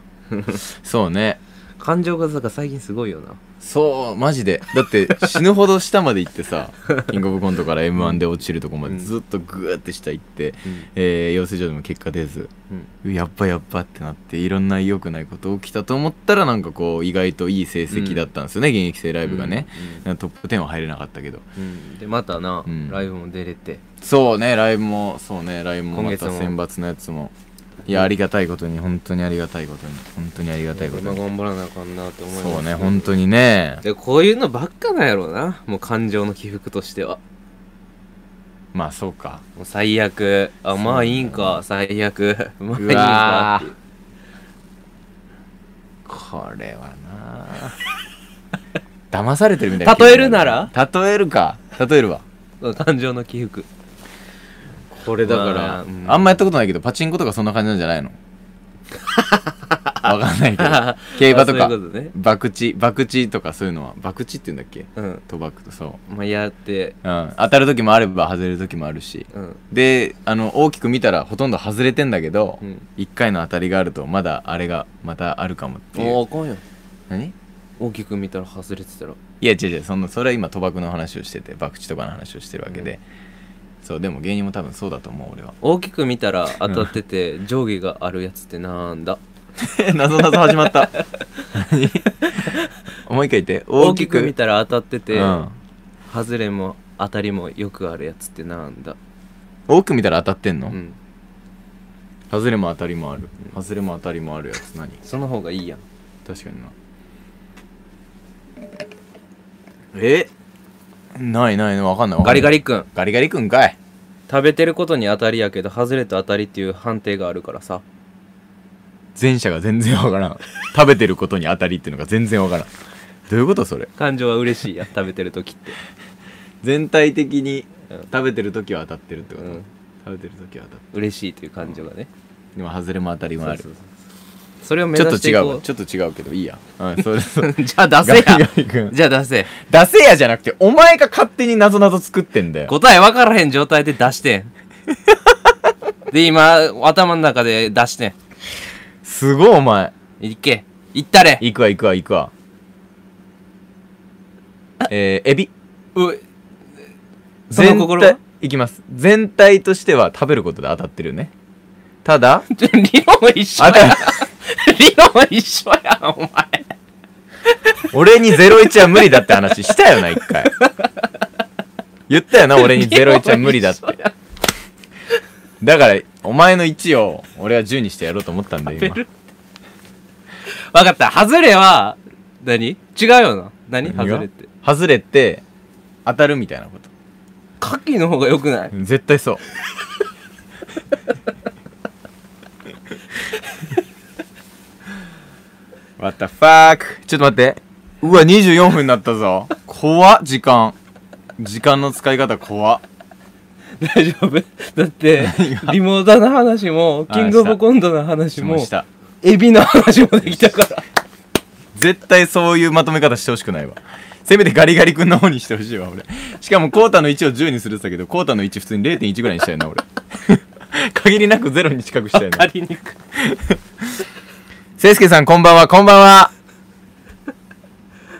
Speaker 2: そうね
Speaker 1: 感情がさ最近すごいよな
Speaker 2: そうマジでだって死ぬほど下まで行っ てさキングオブコントから m 1で落ちるとこまで
Speaker 1: うん
Speaker 2: ずっとグーって下行って、
Speaker 1: うん
Speaker 2: えー養成所でも結果出ずやっぱやっぱってなっていろんな良くないこと起きたと思ったらなんかこう意外といい成績だったんですよね、現役生ライブがね、、なんかトップ10は入れなかったけど
Speaker 1: うんうんでまたな、
Speaker 2: うん
Speaker 1: ライブも出れて
Speaker 2: そうねライブもそうねライブも
Speaker 1: 今
Speaker 2: ま
Speaker 1: 月
Speaker 2: た
Speaker 1: も
Speaker 2: 選抜のやつもいやありがたいことに本当にありがたいことに本当にありがたいこと
Speaker 1: 今
Speaker 2: に
Speaker 1: 頑張らなあかんなって思います
Speaker 2: そうね本当にね
Speaker 1: でこういうのばっかなんやろうなもう感情の起伏としては
Speaker 2: まあそうか
Speaker 1: もう最悪あ
Speaker 2: そう
Speaker 1: まあいいんか最悪 まあいいん
Speaker 2: うわ
Speaker 1: か
Speaker 2: ー
Speaker 1: って
Speaker 2: これはな騙されてるみたいな気分
Speaker 1: 例えるなら
Speaker 2: 例えるか例えるわ
Speaker 1: いう感情の起伏
Speaker 2: これだから、
Speaker 1: まあ
Speaker 2: あ
Speaker 1: うん
Speaker 2: ん、まやったことないけどパチンコとかそんな感じなんじゃないのわかんないけど 競馬と
Speaker 1: あそ
Speaker 2: か
Speaker 1: ういうことね
Speaker 2: 博打博打とかそういうのは博打って言うんだっけ
Speaker 1: うん
Speaker 2: 賭博とそう、
Speaker 1: まあやって
Speaker 2: うん、当たる時もあれば外れる時もあるし
Speaker 1: うん
Speaker 2: であの大きく見たらほとんど外れてんだけど、
Speaker 1: うん
Speaker 2: 一1回の当たりがあるとまだあれがまたあるかもっていう
Speaker 1: あかんやん
Speaker 2: 何
Speaker 1: 大きく見たら外れてたら
Speaker 2: いや違う違うそのそれは今賭博の話をしてて博打とかの話をしてるわけで、そうでも芸人も多分そうだと思う俺は
Speaker 1: 大きく見たら当たってて上下があるやつってなんだ
Speaker 2: 謎謎始まった何もう一回言って
Speaker 1: 大きく見たら当たって
Speaker 2: う
Speaker 1: て
Speaker 2: ん、
Speaker 1: 外れも当たりもよくあるやつってなんだ
Speaker 2: 大きく見たら当たってんの、
Speaker 1: うん
Speaker 2: 外れも当たりもある外れも当たりもあるやつ何
Speaker 1: その方がいいやん
Speaker 2: 確かになえないないないわかんないわかんな
Speaker 1: ガリ
Speaker 2: い
Speaker 1: ガリ君
Speaker 2: ガリガリ君かい
Speaker 1: 食べてることに当たりやけど外れと当たりっていう判定があるからさ
Speaker 2: 前者が全然わからん食べてることに当たりっていうのが全然わからんどういうことそれ
Speaker 1: 感情は嬉しいやん食べてる時って
Speaker 2: 全体的に
Speaker 1: うん
Speaker 2: 食べてる時は当たってるってこと、
Speaker 1: うん
Speaker 2: 食べてる時は当たって
Speaker 1: 嬉しいという感情がね
Speaker 2: るでも外れも当たりもある
Speaker 1: そうそうそうそれを目
Speaker 2: ちょ
Speaker 1: 指
Speaker 2: っ
Speaker 1: して
Speaker 2: と
Speaker 1: い
Speaker 2: 違う
Speaker 1: こ
Speaker 2: わ
Speaker 1: う
Speaker 2: ちょっと違うけどいいやうんそうです
Speaker 1: じゃあ出
Speaker 2: ガ
Speaker 1: せ
Speaker 2: リ
Speaker 1: や
Speaker 2: ガリ君
Speaker 1: じゃあ出せ
Speaker 2: 出せやじゃなくてお前が勝手になぞなぞ作ってんだよ
Speaker 1: 答え分からへん状態で出して んで今頭の中で出して
Speaker 2: すごいお前
Speaker 1: んいけいったれ
Speaker 2: 行くわ行くわ行くわえー、エビ
Speaker 1: うその心は
Speaker 2: 全体いきます全体としては食べることで当たってるよね ただ
Speaker 1: 理論一緒
Speaker 2: 当た
Speaker 1: や 理論一緒やんお前
Speaker 2: 俺に01は無理だって話したよな一回言ったよな俺に01は無理だってだからお前の1を俺は10にしてやろうと思ったんだよ今
Speaker 1: 食分かった外れは何違うよな何
Speaker 2: 何が
Speaker 1: 外れって
Speaker 2: 外れて当たるみたいなこと
Speaker 1: 牡蠣の方が良くない
Speaker 2: 絶対そう What the fuck ちょっと待ってうわ24分になったぞ怖っ時間時間の使い方怖っ
Speaker 1: 大丈 夫だってリモーダーの話も
Speaker 2: あ
Speaker 1: キングオブコントの話
Speaker 2: し
Speaker 1: も
Speaker 2: ました
Speaker 1: エビの話もできたから
Speaker 2: 絶対そういうまとめ方してほしくないわせめてガリガリ君の方にしてほしいわ俺しかもコータの1を10にするって言ってたけどコータの1普通に0.1ぐらいにしたいな俺 限りなくゼロに近くしたい
Speaker 1: 分か
Speaker 2: な
Speaker 1: りにくい
Speaker 2: せいすけさんこんばんはこんばんは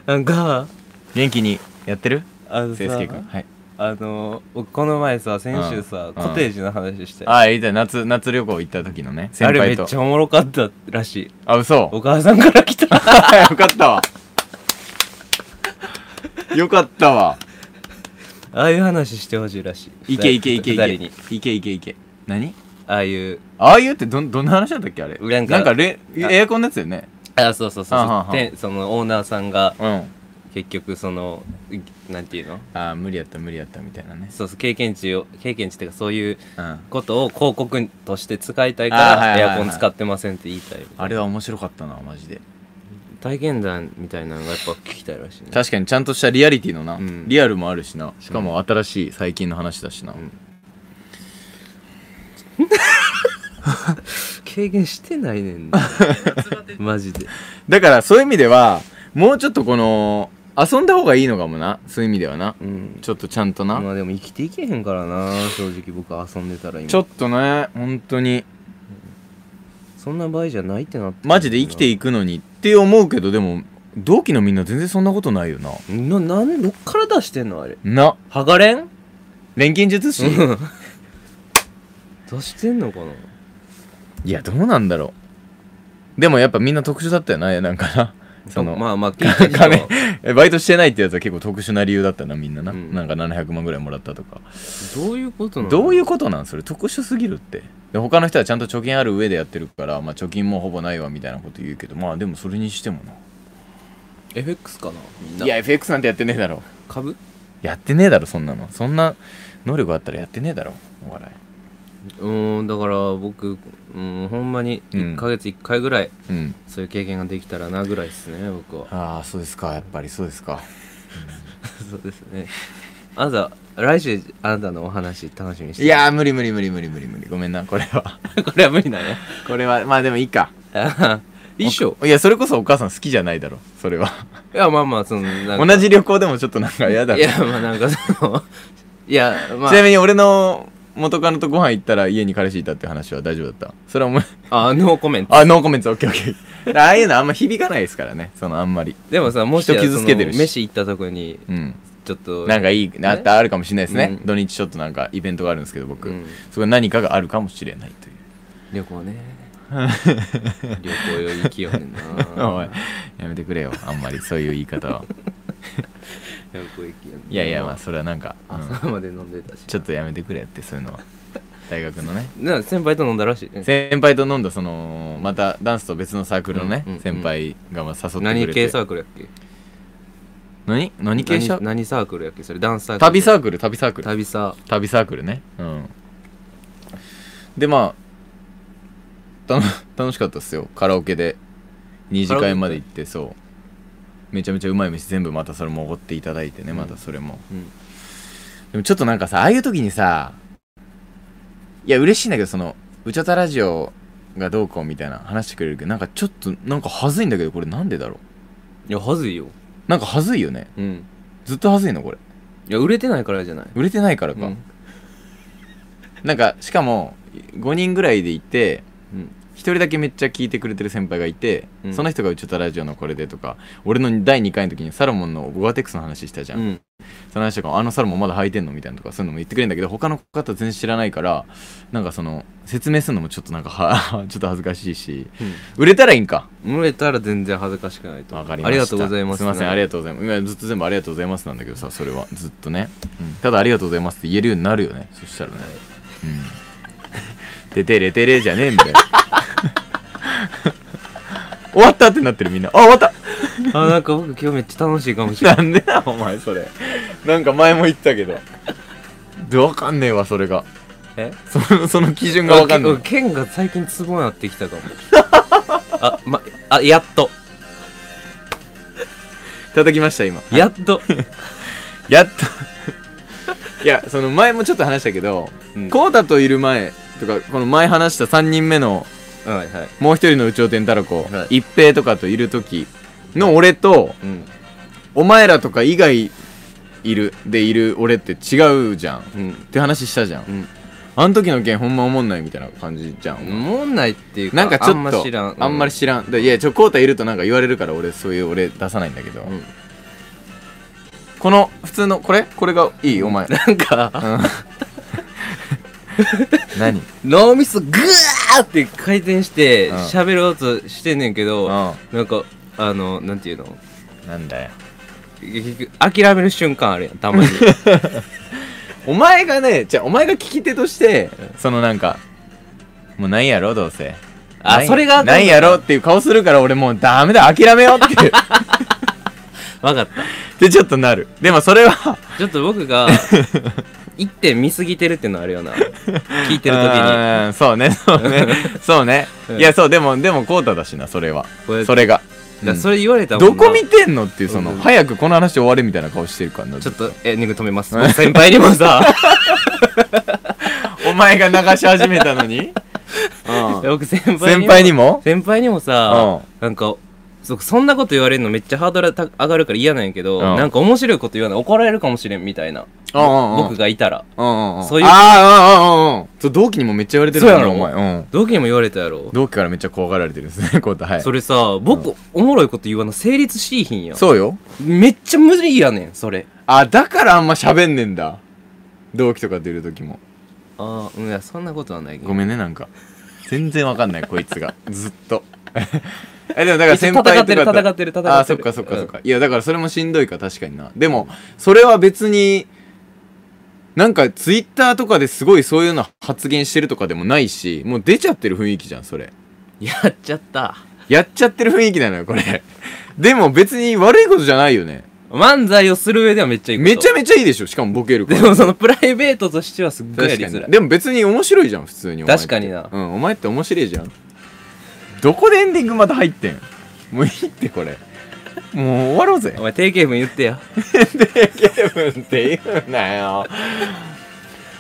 Speaker 1: なんか
Speaker 2: 元気にやってる
Speaker 1: あのさ
Speaker 2: せいすけ君はい
Speaker 1: あの僕この前さ先週さ
Speaker 2: うん
Speaker 1: コテージの話して
Speaker 2: ああ、言いたい。夏、夏旅行行った時のね、先
Speaker 1: あれめ
Speaker 2: 輩と。
Speaker 1: っちゃおもろかったらしい
Speaker 2: あ、嘘。
Speaker 1: お母さんから来 た
Speaker 2: よかったわ。よかったわ。
Speaker 1: ああいう話してほしいらしい
Speaker 2: いけいけいけいけ。
Speaker 1: 二人に
Speaker 2: いけいけいけ。何
Speaker 1: ああいう
Speaker 2: ああいうってどん、どんな話だったっけあれ。
Speaker 1: なんか
Speaker 2: なんかれエアコンのやつだよね。
Speaker 1: あそうそうそう
Speaker 2: あはん
Speaker 1: そ
Speaker 2: は
Speaker 1: うんてそのオーナーさんが
Speaker 2: うん。
Speaker 1: 結局そのいなんていうの
Speaker 2: ああ、無理やった無理やったみたいなね。
Speaker 1: そうそう経験値を経験値っていうかそういう
Speaker 2: うん。
Speaker 1: ことを広告として使いたいか
Speaker 2: あは
Speaker 1: ら
Speaker 2: いはい
Speaker 1: エ
Speaker 2: はいは
Speaker 1: ア
Speaker 2: い
Speaker 1: コン使ってませんって言いたいみたいな
Speaker 2: あれは面白かったな、マジで。
Speaker 1: 体験談みたいなのがやっぱ聞きたいらしいね
Speaker 2: 確かにちゃんとしたリアリティのな、
Speaker 1: うん
Speaker 2: リアルもあるしなしかも新しい最近の話だしな、
Speaker 1: ん経験してないね んなマジで
Speaker 2: だからそういう意味ではもうちょっとこの遊んだ方がいいのかもなそういう意味ではな
Speaker 1: うん
Speaker 2: ちょっとちゃんとな、
Speaker 1: まあでも生きていけへんからな正直僕遊んでたら今
Speaker 2: ちょっとね本当に
Speaker 1: そんな場合じゃないってなって
Speaker 2: マジで生きて
Speaker 1: い
Speaker 2: いくのにって思うけどでも同期のみんな全然そんなことないよな
Speaker 1: ななんどっから出してんのあれ
Speaker 2: な
Speaker 1: 剥がれん
Speaker 2: 錬金術師
Speaker 1: うん出してんのかない
Speaker 2: やどうなんだろうでもやっぱみんな特殊だったよななんかなその、
Speaker 1: まあま あ聞いてた
Speaker 2: 金えバイトしてないってやつは結構特殊な理由だったなみんなな、
Speaker 1: うん
Speaker 2: なんか700万ぐらいもらったとか
Speaker 1: どういうことなの
Speaker 2: どういうことなんそれ特殊すぎるってで他の人はちゃんと貯金ある上でやってるから、まあ、貯金もほぼないわみたいなこと言うけどまあでもそれにしてもな
Speaker 1: FX かなみんない
Speaker 2: や FX なんてやってねえだろ
Speaker 1: 株
Speaker 2: やってねえだろそんなのそんな能力あったらやってねえだろお笑
Speaker 1: うーんだから僕うんほんまに
Speaker 2: うん
Speaker 1: 1ヶ月1回ぐらい
Speaker 2: いうん
Speaker 1: そういう経験ができたらなぐらいですね僕は
Speaker 2: ああそうですかやっぱりそうですか
Speaker 1: そうですねあなた来週あなたのお話楽しみにして
Speaker 2: いやー無理無理無理無理無理無理ごめんなこれはこれは無理だね これはまあでもいいか
Speaker 1: 一緒
Speaker 2: おいやそれこそお母さん好きじゃないだろそれはい
Speaker 1: やまあまあそのなんか
Speaker 2: 同じ旅行でもちょっとなんか嫌
Speaker 1: い
Speaker 2: だろ
Speaker 1: やまあなんかそのいやまあ
Speaker 2: ちなみに俺の元カノとご飯行ったら家に彼氏いたって話は大丈夫だったそれはお前
Speaker 1: あノーコメント
Speaker 2: あノーコメントオッケーオッケー ああいうのあんま響かないですからねそのあんまり
Speaker 1: でもさもし
Speaker 2: 人傷つけてるし
Speaker 1: その飯行ったとこに
Speaker 2: うん
Speaker 1: ちょっと
Speaker 2: なんかいいなったあるかもしれないですね、
Speaker 1: うん
Speaker 2: 土日ちょっとなんかイベントがあるんですけど僕、
Speaker 1: うん
Speaker 2: そこに何かがあるかもしれないとい
Speaker 1: 旅
Speaker 2: う
Speaker 1: 行ね旅行よ行きよねんな
Speaker 2: おいやめてくれよあんまりそういう言い方は
Speaker 1: 旅行行きよねんない
Speaker 2: やいやまあそれはなんか、うん
Speaker 1: 朝まで飲んでたし
Speaker 2: ちょっとやめてくれってそういうのは大学のね
Speaker 1: な先輩と飲んだらしいね
Speaker 2: 先輩と飲んだそのまたダンスと別のサークルのね、
Speaker 1: うんうんうん
Speaker 2: 先輩がまあ誘ってくれて
Speaker 1: 何系サークルやっけ
Speaker 2: 何何系社
Speaker 1: 何何サークルやっけそれダンスサークル
Speaker 2: 旅
Speaker 1: ー
Speaker 2: サークル旅サークル
Speaker 1: 旅サー
Speaker 2: 旅サークルねうんでまあたの 楽しかったっすよカラオケで二次会まで行ってそうめちゃめちゃうまい飯全部またそれもおごっていただいてね、
Speaker 1: うん
Speaker 2: またそれも
Speaker 1: うん
Speaker 2: でもちょっとなんかさああいう時にさいや嬉しいんだけどその「うちゃたラジオ」がどうこうみたいな話してくれるけどなんかちょっとなんか恥ずいんだけどこれなんでだろう
Speaker 1: いやはずいよ
Speaker 2: なんか恥ずいよね
Speaker 1: うん
Speaker 2: ずっと恥ずいのこれ
Speaker 1: いや売れてないからじゃない
Speaker 2: 売れてないから
Speaker 1: う
Speaker 2: か、
Speaker 1: ん
Speaker 2: なんかしかも5人ぐらいでいて
Speaker 1: うん
Speaker 2: 一人だけめっちゃ聞いてくれてる先輩がいて、
Speaker 1: うん
Speaker 2: その人が「うちょたラジオのこれで」とか俺の第2回の時にサロモンのゴアテックスの話したじゃん、
Speaker 1: うん
Speaker 2: その話とか「あのサロモンまだ履いてんの?」みたいなとかそういうのも言ってくれるんだけど他の方全然知らないからなんかその説明するのもちょっとなんかは ちょっと恥ずかしいし売れたらいいんか
Speaker 1: 売れたら全然恥ずかしくないと
Speaker 2: わ
Speaker 1: 思う
Speaker 2: かりました
Speaker 1: ありがとうございます
Speaker 2: すいませんあり
Speaker 1: が
Speaker 2: がとうございます今ずっと全部「ありがとうございます」なんだけどさそれはずっとね、うんただ「ありがとうございます」って言えるようになるよねそしたらねうん「ててれてれ」じゃねえんだよ終わったってなってるみんなあ終わった
Speaker 1: あなんか僕今日めっちゃ楽しいかもし れない
Speaker 2: なんでだお前それなんか前も言ったけどでわかんねえわそれが
Speaker 1: え
Speaker 2: そのその基準がわかんない
Speaker 1: 俺ケンが最近ツボになってきたかも あまあやっと
Speaker 2: 叩きました今
Speaker 1: やっと、
Speaker 2: やっと いやその前もちょっと話したけど
Speaker 1: うん
Speaker 2: コータといる前とかこの前話した3人目の
Speaker 1: はいはい
Speaker 2: もう一人の宇宙天太郎子、
Speaker 1: はい
Speaker 2: 一平とかといる時の俺と
Speaker 1: うん
Speaker 2: お前らとか以外いるでいる俺って違うじゃんっ
Speaker 1: うん
Speaker 2: て話したじゃん、
Speaker 1: うん
Speaker 2: あの時の件ほんま思んないみたいな感じじゃん、
Speaker 1: 思んないっていうか
Speaker 2: なんかちょっ
Speaker 1: あ
Speaker 2: と
Speaker 1: んま知らん
Speaker 2: あんまり知らんでいやちょコータいるとなんか言われるから俺そういう俺出さないんだけど、
Speaker 1: うん
Speaker 2: この普通のこれこれがいいお前
Speaker 1: なんか
Speaker 2: 何
Speaker 1: 脳みそグワーって回転して
Speaker 2: うん
Speaker 1: 喋ろうとしてんねんけ
Speaker 2: う
Speaker 1: ど、
Speaker 2: ん
Speaker 1: なんかあのなんていうの
Speaker 2: なんだよ
Speaker 1: 結局諦める瞬間あるやんた まに
Speaker 2: お前がねじゃあお前が聞き手としてそのなんかもうないやろどうせ
Speaker 1: あ
Speaker 2: ない
Speaker 1: それが
Speaker 2: ないやろっていう顔するから俺もうダメだ諦めようって
Speaker 1: わかった
Speaker 2: でちょっとなるでもそれは
Speaker 1: ちょっと僕が 一点見すぎてるってのあるよな聞いてる時に
Speaker 2: うんそうねそうね そうね、
Speaker 1: うん
Speaker 2: いやそうでもでもコータだしなそれは
Speaker 1: これ
Speaker 2: それが、
Speaker 1: だから
Speaker 2: うん
Speaker 1: それ言われたもん
Speaker 2: ど
Speaker 1: な
Speaker 2: こ見てんのっていうその、
Speaker 1: うん
Speaker 2: 早くこの話終われみたいな顔してるからな
Speaker 1: ちょっとエンディング止めます先輩にもさ
Speaker 2: お前が流し始めたのに、うん
Speaker 1: 僕先輩にも
Speaker 2: 先輩にも
Speaker 1: 先輩にもさ
Speaker 2: う
Speaker 1: なんかそそんなこと言われるのめっちゃハードルた上がるから嫌なんやけど
Speaker 2: うん
Speaker 1: なんか面白いこと言わない怒られるかもしれんみたいな
Speaker 2: うんうんうん
Speaker 1: 僕がいたら
Speaker 2: うんうんうん
Speaker 1: そういう
Speaker 2: ああうんうんうんそう同期にもめっちゃ言われて
Speaker 1: そ
Speaker 2: る
Speaker 1: うやろ
Speaker 2: お前うん
Speaker 1: 同期にも言われたやろ
Speaker 2: 同期からめっちゃ怖がられてるんですねコータはい
Speaker 1: それさ僕おもろいこと言わな成立しいひんやん
Speaker 2: そうよ
Speaker 1: めっちゃ無理やねんそれ
Speaker 2: あだからあんま喋んねんだ同期とか出る時も
Speaker 1: ああいやそんなことはないけど
Speaker 2: ごめんねなんか全然わかんないこ いつがずっとえでもだから
Speaker 1: 一応
Speaker 2: 先輩
Speaker 1: 戦
Speaker 2: とかと
Speaker 1: ってる戦ってる戦ってる
Speaker 2: あそっかそっかそっか、いやだからそれもしんどいか確かになでもそれは別になんかツイッターとかですごいそういうの発言してるとかでもないしもう出ちゃってる雰囲気じゃんそれ
Speaker 1: やっちゃった
Speaker 2: やっちゃってる雰囲気なのよこれでも別に悪いことじゃないよね
Speaker 1: 漫才をする上ではめっちゃいいこと
Speaker 2: めちゃめちゃいいでしょしかもボケるか
Speaker 1: で
Speaker 2: ら
Speaker 1: もそのプライベートとしてはすっごいや
Speaker 2: 確
Speaker 1: り
Speaker 2: か
Speaker 1: づら
Speaker 2: に
Speaker 1: い
Speaker 2: でも別に面白いじゃん普通にお前って
Speaker 1: 確かにな
Speaker 2: うんお前って面白いじゃんどこでエンディングまた入ってんもういいってこれもう終わろうぜ
Speaker 1: お前定型文言ってよ
Speaker 2: ゲームって言うなよ。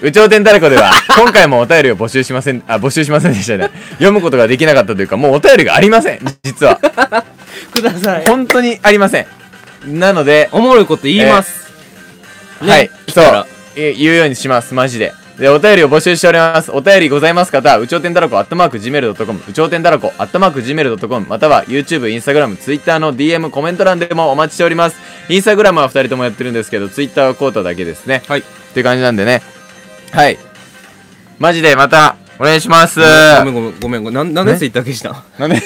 Speaker 2: 宇宙天太鼓では今回もお便りを募集しませんあ募集しませんでしたね読むことができなかったというかもうお便りがありません実 は
Speaker 1: ください
Speaker 2: 本当にありませんなので
Speaker 1: おもろいこと言います、ね
Speaker 2: はい、
Speaker 1: 来
Speaker 2: そ
Speaker 1: た
Speaker 2: う
Speaker 1: ら。
Speaker 2: え言うようにします、マジで。で、お便りを募集しております。お便りございます方、うちょうてんだらこ、アットマーク、gmail.com、うちょうてんだらこ、アットマーク、gmail.com、または YouTube、Instagram、Twitter の DM、コメント欄でもお待ちしております。Instagram は2人ともやってるんですけど、Twitter はコートだけですね。
Speaker 1: はい
Speaker 2: っていう感じなんでね。はい。マジでまた、お願いします。
Speaker 1: ごめんごめんごめんごめんなんなんで
Speaker 2: ね
Speaker 1: ツイッター消したん
Speaker 2: なんで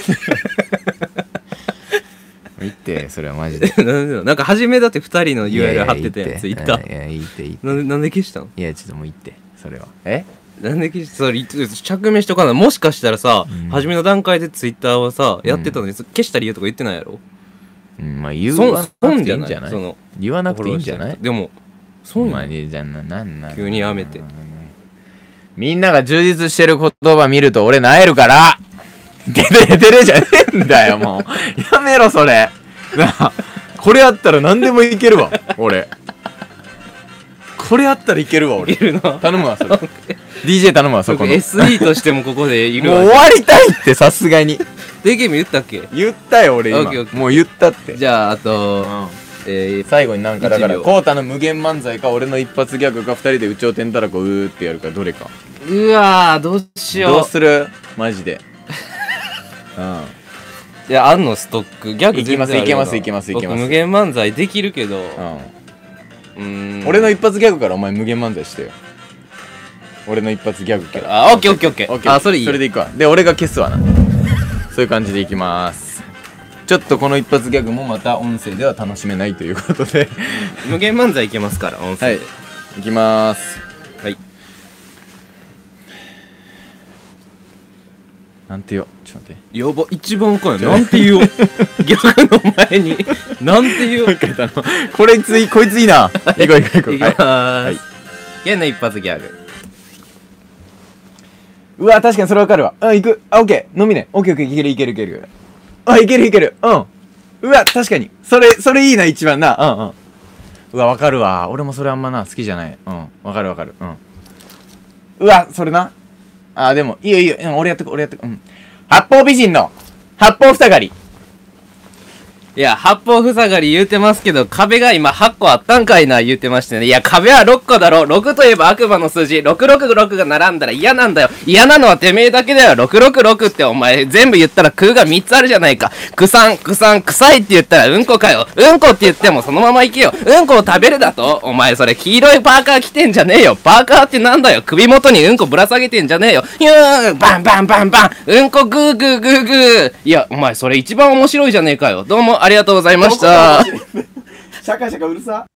Speaker 2: いいって、それはマ ジで。
Speaker 1: なんでだなんか初めだって2人の URL 貼ってた
Speaker 2: いやい
Speaker 1: や
Speaker 2: や
Speaker 1: んツイッター
Speaker 2: いや、いいって、いいって。
Speaker 1: なんでなんで消したん
Speaker 2: いや、ちょっともういいって、それは。え
Speaker 1: なんで消したそれ着目しとかないもしかしたらさ、
Speaker 2: うん
Speaker 1: 初めの段階でツイッターはさやってたのに、消した理由とか言ってないやろ
Speaker 2: うん、まあ言
Speaker 1: 損
Speaker 2: わなくていいんじゃ
Speaker 1: 損じゃ
Speaker 2: な
Speaker 1: ないいその
Speaker 2: 言わなくていいんじゃない
Speaker 1: でも
Speaker 2: ほ
Speaker 1: そうんな
Speaker 2: ま
Speaker 1: ん
Speaker 2: にじゃあななんなん
Speaker 1: 急にやめて
Speaker 2: みんなが充実してる言葉見ると俺なえるからでででれじゃねえんだよも うやめろそれ なあこれあったら何でもいけるわ俺これあったらいけるわ
Speaker 1: い
Speaker 2: 俺
Speaker 1: るな
Speaker 2: 頼むわそれ DJ 頼むわそこ
Speaker 1: 僕
Speaker 2: のもう
Speaker 1: SE としてもここでい
Speaker 2: 終
Speaker 1: るわ
Speaker 2: わりたいってさすがに
Speaker 1: でゲーム言ったっけ
Speaker 2: 言ったよ俺
Speaker 1: オッケーオ
Speaker 2: 今
Speaker 1: ッケー
Speaker 2: もう言ったって
Speaker 1: じゃああと、
Speaker 2: うん
Speaker 1: えー、
Speaker 2: 最後になんかだから
Speaker 1: 一秒
Speaker 2: コウタの無限漫才か俺の一発ギャグか二人で「うちょうてんたらこうー」ってやるかどれか
Speaker 1: うわーどうし
Speaker 2: どう
Speaker 1: よ
Speaker 2: するマジでうん
Speaker 1: ういやあんのストックギャグ
Speaker 2: いけます
Speaker 1: 全然ある
Speaker 2: いけますいけますいけます
Speaker 1: 僕無限漫才できるけど
Speaker 2: う
Speaker 1: うーん
Speaker 2: ん、俺の一発ギャグからお前無限漫才してよ俺の一発ギャグから
Speaker 1: あオッケーオッケーオッケー
Speaker 2: オッケー
Speaker 1: あそれいい
Speaker 2: それでいくわで俺が消すわなそういう感じでいきますちょっとこの一発ギャグもまた音声では楽しめないということで
Speaker 1: 無限漫才いけますから音
Speaker 2: は
Speaker 1: 声
Speaker 2: いいきます
Speaker 1: はい
Speaker 2: なんてよちょっと待って
Speaker 1: やば一番怖いなんて 言おう逆の前になんて言おう
Speaker 2: もう一回頼むこれついこいついい ないこういこういこう
Speaker 1: いきま
Speaker 2: はい
Speaker 1: ー
Speaker 2: はい
Speaker 1: す。変な一発ギャグ。
Speaker 2: うわ、確かにそれわかるわ。うん、行く。あ、オッケー。飲みね。オッケーオッケー。いけるいけるいける。あ、いけるいける。うん。うわ、確かに。それ、それいいな、一番な。うんうん。うわ、わかるわ。俺もそれあんまな、好きじゃない。うん。わかるわかる。うん。うわ、それな。あ、でも、いいよいいよ。うん、俺やってく、俺やってく。うん。八方美人の、八方塞がり。
Speaker 1: いや、八方塞がり言うてますけど、壁が今8個あったんかいな言うてましてね。いや、壁は6個だろ。6といえば悪魔の数字。666が並んだら嫌なんだよ。嫌なのはてめえだけだよ。666ってお前全部言ったら空が3つあるじゃないか。くさん、くさん、臭いって言ったらうんこかよ。うんこって言ってもそのまま行けよ。うんこを食べるだとお前それ黄色いパーカー着てんじゃねえよ。パーカーってなんだよ。首元にうんこぶら下げてんじゃねえよ。ヒューンバンバンバンバンうんこグーグーグーグーいや、お前それ一番面白いじゃねえかよ。どうもありがとうございました。
Speaker 2: シャカシャカうるさ。